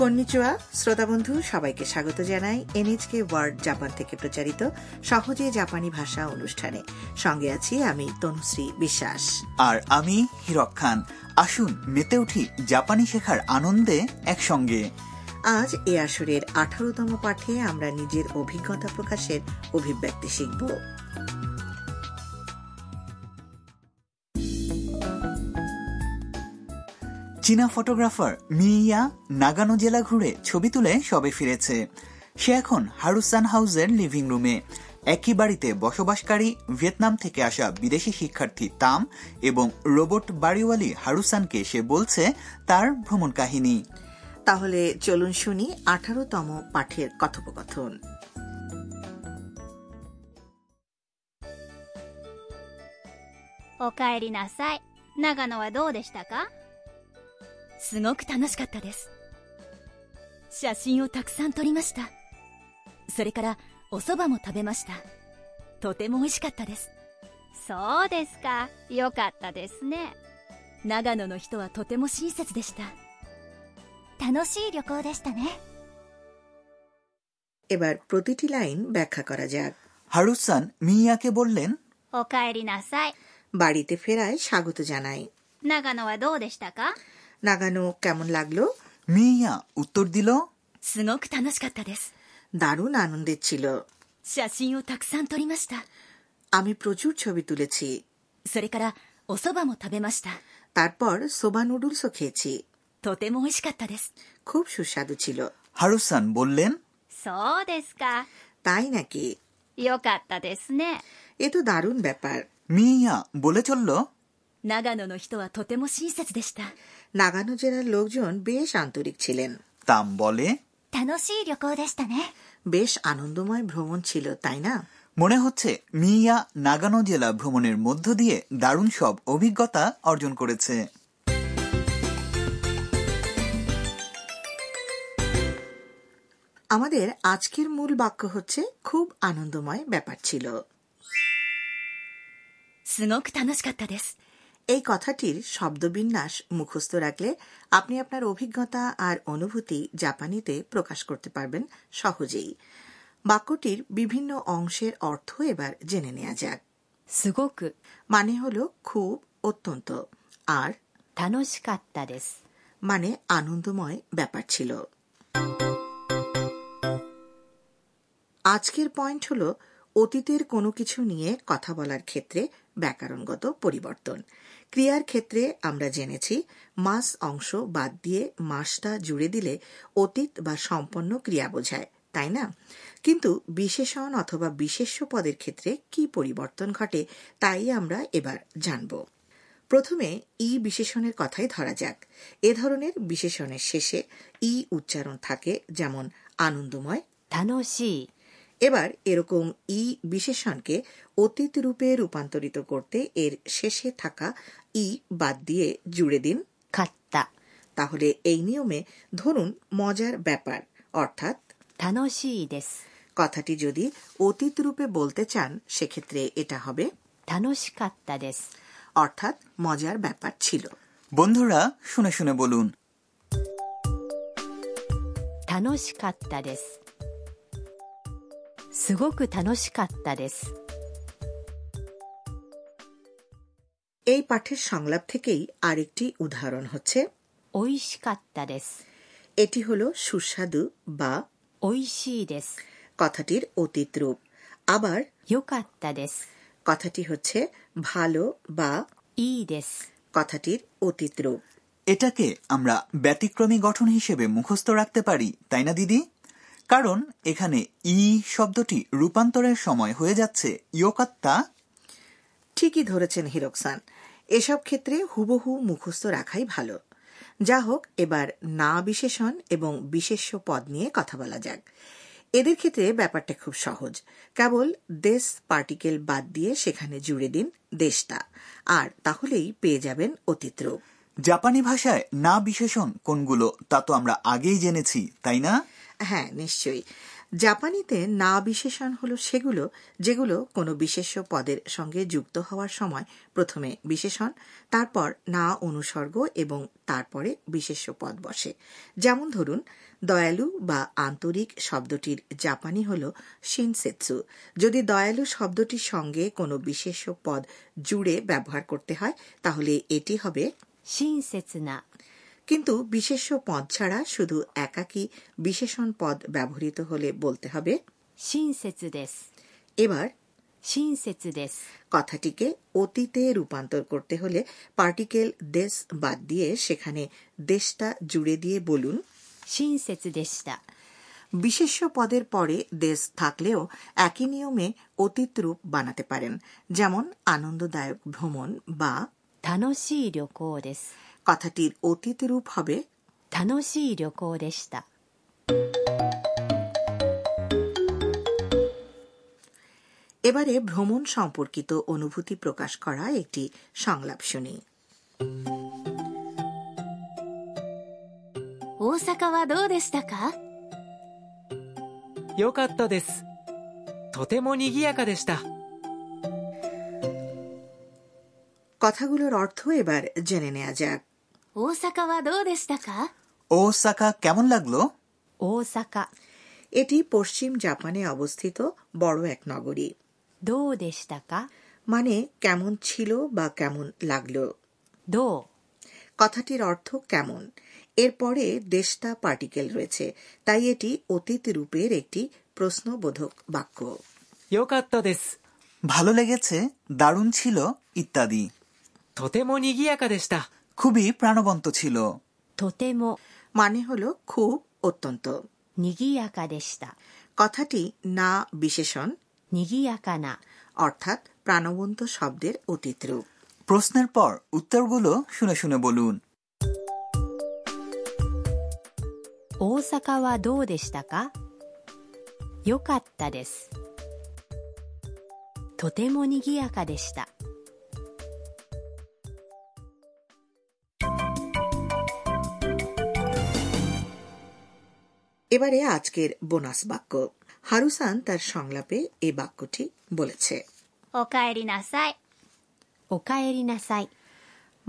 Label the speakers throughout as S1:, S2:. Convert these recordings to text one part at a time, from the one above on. S1: কন্নিচুয়া শ্রোতা বন্ধু সবাইকে স্বাগত জানাই এনএচকে ওয়ার্ড জাপান থেকে প্রচারিত সহজে জাপানি ভাষা অনুষ্ঠানে সঙ্গে আছি আমি তনুশ্রী বিশ্বাস
S2: আর আমি হিরক খান আসুন মেতে উঠি জাপানি শেখার আনন্দে একসঙ্গে
S1: আজ এ আসরের আঠারোতম পাঠে আমরা নিজের অভিজ্ঞতা প্রকাশের অভিব্যক্তি শিখব
S2: চীনা ফটোগ্রাফার মিয়া নাগানো জেলা ঘুরে ছবি তুলে সবে ফিরেছে সে এখন হারুসান হাউসের লিভিং রুমে একই বাড়িতে বসবাসকারী ভিয়েতনাম থেকে আসা বিদেশি শিক্ষার্থী তাম এবং রোবট বাড়িওয়ালি হারুসানকে সে বলছে তার ভ্রমণ কাহিনী
S1: তাহলে চলুন শুনি আঠারোতম পাঠের কথোপকথন
S3: おかえりなさい長野はどうでしたか
S4: すごく楽しかったです写真をたくさん撮りましたそれからお蕎麦も食べましたとても美味しかったです
S3: そうですかよかったですね
S4: 長野の人はとても親切でした
S3: 楽しい旅行でしたね
S1: এবার প্রতিটি লাইন ব্যাখ্যা করা যাক
S2: হারুসান মিয়াকে বললেন
S3: おかえりなさい
S1: বাড়িতে ফেরায় স্বাগত জানাই
S3: 長野はどうでしたか
S1: নাগানো কেমন লাগলো
S2: মিয়া উত্তর দিল
S4: すごく楽しかったです
S1: দারুণ আনন্দের ছিল
S4: 写真をたくさん撮りました
S1: আমি প্রচুর ছবি তুলেছি
S4: それからお蕎麦も食べました
S1: তারপর সোবা নুডলসও খেয়েছি
S4: とても美味しかったです
S1: খুব সুস্বাদু ছিল
S2: হারুসান বললেন
S3: そうですか
S1: তাই নাকি
S3: よかったですね
S1: এ তো দারুণ ব্যাপার
S2: মিয়া বলে চলল
S4: 長野の人はとても親切でした
S1: নাগানো জেলার লোকজন বেশ আন্তরিক ছিলেন
S2: তাম বলে
S3: 楽しい旅行でしたね
S1: বেশ আনন্দময় ভ্রমণ ছিল তাই না
S2: মনে হচ্ছে মিয়া নাগানো জেলা ভ্রমণের মধ্য দিয়ে দারুণ সব অভিজ্ঞতা অর্জন করেছে
S1: আমাদের আজকের মূল বাক্য হচ্ছে খুব আনন্দময় ব্যাপার ছিল
S4: すごく楽しかったです
S1: এই কথাটির শব্দবিন্যাস মুখস্থ রাখলে আপনি আপনার অভিজ্ঞতা আর অনুভূতি জাপানিতে প্রকাশ করতে পারবেন সহজেই বাক্যটির বিভিন্ন অংশের অর্থ এবার জেনে নেওয়া যাক
S4: すごく
S1: মানে হল খুব অত্যন্ত আর
S4: 楽しかったです
S1: মানে আনন্দময় ব্যাপার ছিল আজকের পয়েন্ট হল অতীতের কোনো কিছু নিয়ে কথা বলার ক্ষেত্রে ব্যাকরণগত পরিবর্তন ক্রিয়ার ক্ষেত্রে আমরা জেনেছি মাস অংশ বাদ দিয়ে মাসটা জুড়ে দিলে অতীত বা সম্পন্ন ক্রিয়া বোঝায় তাই না কিন্তু বিশেষণ অথবা বিশেষ্য পদের ক্ষেত্রে কি পরিবর্তন ঘটে তাই আমরা এবার জানব প্রথমে ই বিশেষণের কথাই ধরা যাক এ ধরনের বিশেষণের শেষে ই উচ্চারণ থাকে যেমন আনন্দময়
S4: 楽しい
S1: এবার এরকম ই বিশেষণকে অতীত রূপে রূপান্তরিত করতে এর শেষে থাকা ই বাদ দিয়ে জুড়ে দিন
S4: かった
S1: তাহলে এই নিয়মে ধরুন মজার ব্যাপার অর্থাৎ
S4: 楽しいです
S1: কথাটি যদি অতীত রূপে বলতে চান সেক্ষেত্রে এটা হবে
S4: 楽しかったです
S1: অর্থাৎ মজার ব্যাপার ছিল
S2: বন্ধুরা শুনে শুনে বলুন
S4: 楽しかったですすごく楽しかったです
S1: এই পাঠের সংলাপ থেকেই আরেকটি উদাহরণ হচ্ছে
S4: 美味しかったです
S1: এটি হল সুস্বাদু বা
S4: 美味しいです
S1: কথাটির অতীত রূপ আবার
S4: 良かったです
S1: কথাটি হচ্ছে ভালো বা
S4: いいです
S1: কথাটির অতীত রূপ
S2: এটাকে আমরা ব্যতিক্রমী গঠন হিসেবে মুখস্থ রাখতে পারি তাই না দিদি কারণ এখানে ই শব্দটি রূপান্তরের সময় হয়ে যাচ্ছে ইয়োকাত্তা
S1: ঠিকই ধরেছেন হিরকসান এসব ক্ষেত্রে হুবহু মুখস্থ রাখাই ভালো যা হোক এবার না বিশেষণ এবং বিশেষ্য পদ নিয়ে কথা বলা যাক এদের ক্ষেত্রে ব্যাপারটা খুব সহজ কেবল দেশ পার্টিকেল বাদ দিয়ে সেখানে জুড়ে দিন দেশটা আর তাহলেই পেয়ে যাবেন অতীত রূপ
S2: জাপানি ভাষায় না বিশেষণ কোনগুলো তা তো আমরা আগেই জেনেছি তাই না
S1: হ্যাঁ নিশ্চয়ই জাপানিতে না বিশেষণ হলো সেগুলো যেগুলো কোনো বিশেষ্য পদের সঙ্গে যুক্ত হওয়ার সময় প্রথমে বিশেষণ তারপর না অনুসর্গ এবং তারপরে বিশেষ্য পদ বসে যেমন ধরুন দয়ালু বা আন্তরিক শব্দটির জাপানি হল শিনসেৎসু যদি দয়ালু শব্দটির সঙ্গে কোনো বিশেষ পদ জুড়ে ব্যবহার করতে হয় তাহলে এটি হবে
S4: 親切な
S1: কিন্তু বিশেষ পদ ছাড়া শুধু একাকী বিশেষণ পদ ব্যবহৃত হলে বলতে হবে
S4: 親切です
S1: এবার
S4: 親切です
S1: কথাটিকে অতীতে রূপান্তর করতে হলে পার্টিকেল দেশ বাদ দিয়ে সেখানে দেশটা জুড়ে দিয়ে বলুন
S4: 親切でした
S1: বিশেষ্য পদের পরে দেশ থাকলেও একই নিয়মে অতীত রূপ বানাতে পারেন যেমন আনন্দদায়ক ভ্রমণ বা
S4: 楽しい旅行です
S1: কথাটির অতীত রূপ হবে
S4: 楽しい旅行でした
S1: এবারে ভ্রমণ সম্পর্কিত অনুভূতি প্রকাশ করা একটি সংলাপ শুনি
S3: 大阪はどうでしたか
S5: 良かったです。とても賑やかでした。
S1: কথাগুলোর অর্থ এবার জেনে নেওয়া যাক
S3: 大阪はどうでしたか
S2: ও সাকা কেমন লাগলো
S4: 大阪
S1: এটি পশ্চিম জাপানে অবস্থিত বড় এক নগরী
S4: どうでしたか
S1: মানে কেমন ছিল বা কেমন লাগলো
S4: ど
S1: কথাটির অর্থ কেমন এরপরে দেশটা পার্টিকেল রয়েছে তাই এটি অতীত রূপের একটি প্রশ্নবোধক বাক্য
S5: 良かったです。
S2: ভালো লেগেছে দারুণ ছিল ইত্যাদি
S5: とても賑やかでした。
S2: খুবই প্রাণবন্ত ছিল
S4: うとても
S1: মানে হল খুব অত্যন্ত
S4: にぎやかでした
S1: কথাটি না বিশেষণ
S4: にぎやかな
S1: অর্থাৎ প্রাণবন্ত শব্দের অতীত রূপ
S2: প্রশ্নের পর উত্তরগুলো শুনে শুনে বলুন
S4: 大阪はどうでしたか良かったですとてもにぎやかでした
S1: এবারে আজকের বোনাস বাক্য হারুসান তার সংলাপে এই বাক্যটি বলেছে
S3: おかえりなさい
S4: おかえりなさい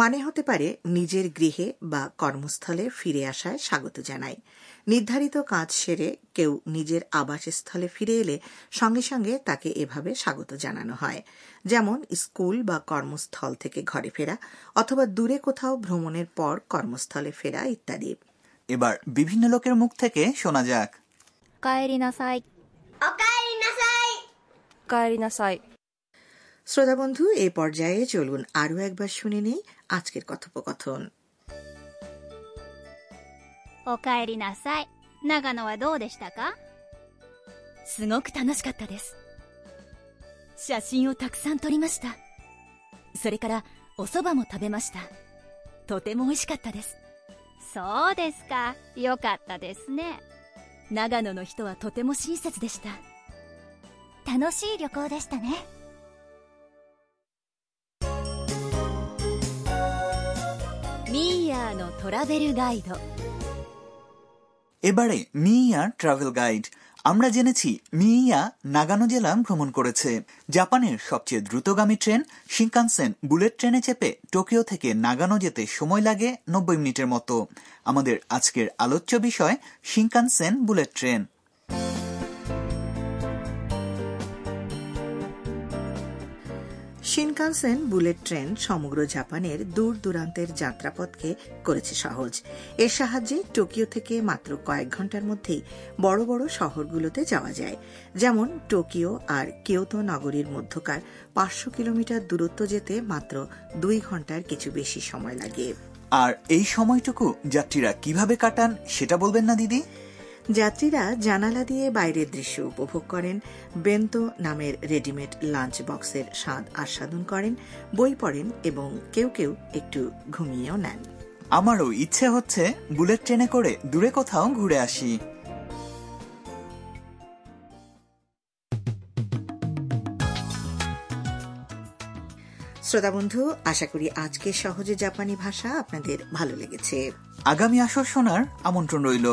S1: মানে হতে পারে নিজের গৃহে বা কর্মস্থলে ফিরে আসায় স্বাগত জানাই নির্ধারিত কাজ সেরে কেউ নিজের আবাসস্থলে ফিরে এলে সঙ্গে সঙ্গে তাকে এভাবে স্বাগত জানানো হয় যেমন স্কুল বা কর্মস্থল থেকে ঘরে ফেরা অথবা দূরে কোথাও ভ্রমণের পর কর্মস্থলে ফেরা ইত্যাদি
S2: এবার বিভিন্ন লোকের মুখ থেকে শোনা যাক
S3: おかえりなさい
S6: おかえりなさい
S1: শ্রোতাবন্ধু এ পর্যায়ে চলুন আরও একবার শুনে নেই আজকের কথোপকথন
S3: おかえりなさい長野はどうでしたか
S4: すごく楽しかったです写真をたくさん撮りましたそれからお蕎麦も食べましたとても美味しかったです
S3: そうですかよかったですね
S4: 長野の人はとても親切でした
S3: 楽しい旅行でしたね
S4: ミーヤーのトラベルガイド
S2: এবারে মিয়া ট্রাভেল গাইড আমরা জেনেছি মিয়া নাগানো জেলা ভ্রমণ করেছে জাপানের সবচেয়ে দ্রুতগামী ট্রেন শিনকানসেন বুলেট ট্রেনে চেপে টোকিও থেকে নাগানো যেতে সময় লাগে নব্বই মিনিটের মতো আমাদের আজকের আলোচ্য বিষয় Shinkansen bullet train
S1: Shinkansen bullet train সমগ্র জাপানের দূর দূরান্তের যাত্রাপথকে করেছে সহজ এর সাহায্যে টোকিও থেকে মাত্র কয়েক ঘন্টার মধ্যেই বড় বড় শহরগুলোতে যাওয়া যায় যেমন টোকিও আর কিয়োতো নগরীর মধ্যকার পাঁচশো কিলোমিটার দূরত্ব যেতে মাত্র দুই ঘন্টার কিছু বেশি সময় লাগে
S2: আর এই সময়টুকু যাত্রীরা কিভাবে কাটান সেটা বলবেন না দিদি
S1: যাত্রীরা জানালা দিয়ে বাইরের দৃশ্য উপভোগ করেন বেন্তো নামের রেডিমেড লাঞ্চ বক্সের স্বাদ আস্বাদন করেন বই পড়েন এবং কেউ কেউ একটু ঘুমিয়েও নেন
S2: আমারও ইচ্ছে হচ্ছে বুলেট ট্রেনে করে দূরে কোথাও ঘুরে আসি
S1: শ্রোতা বন্ধু আশা করি আজকের সহজে জাপানি ভাষা আপনাদের ভালো লেগেছে
S2: আগামী আসর শোনার আমন্ত্রণ রইল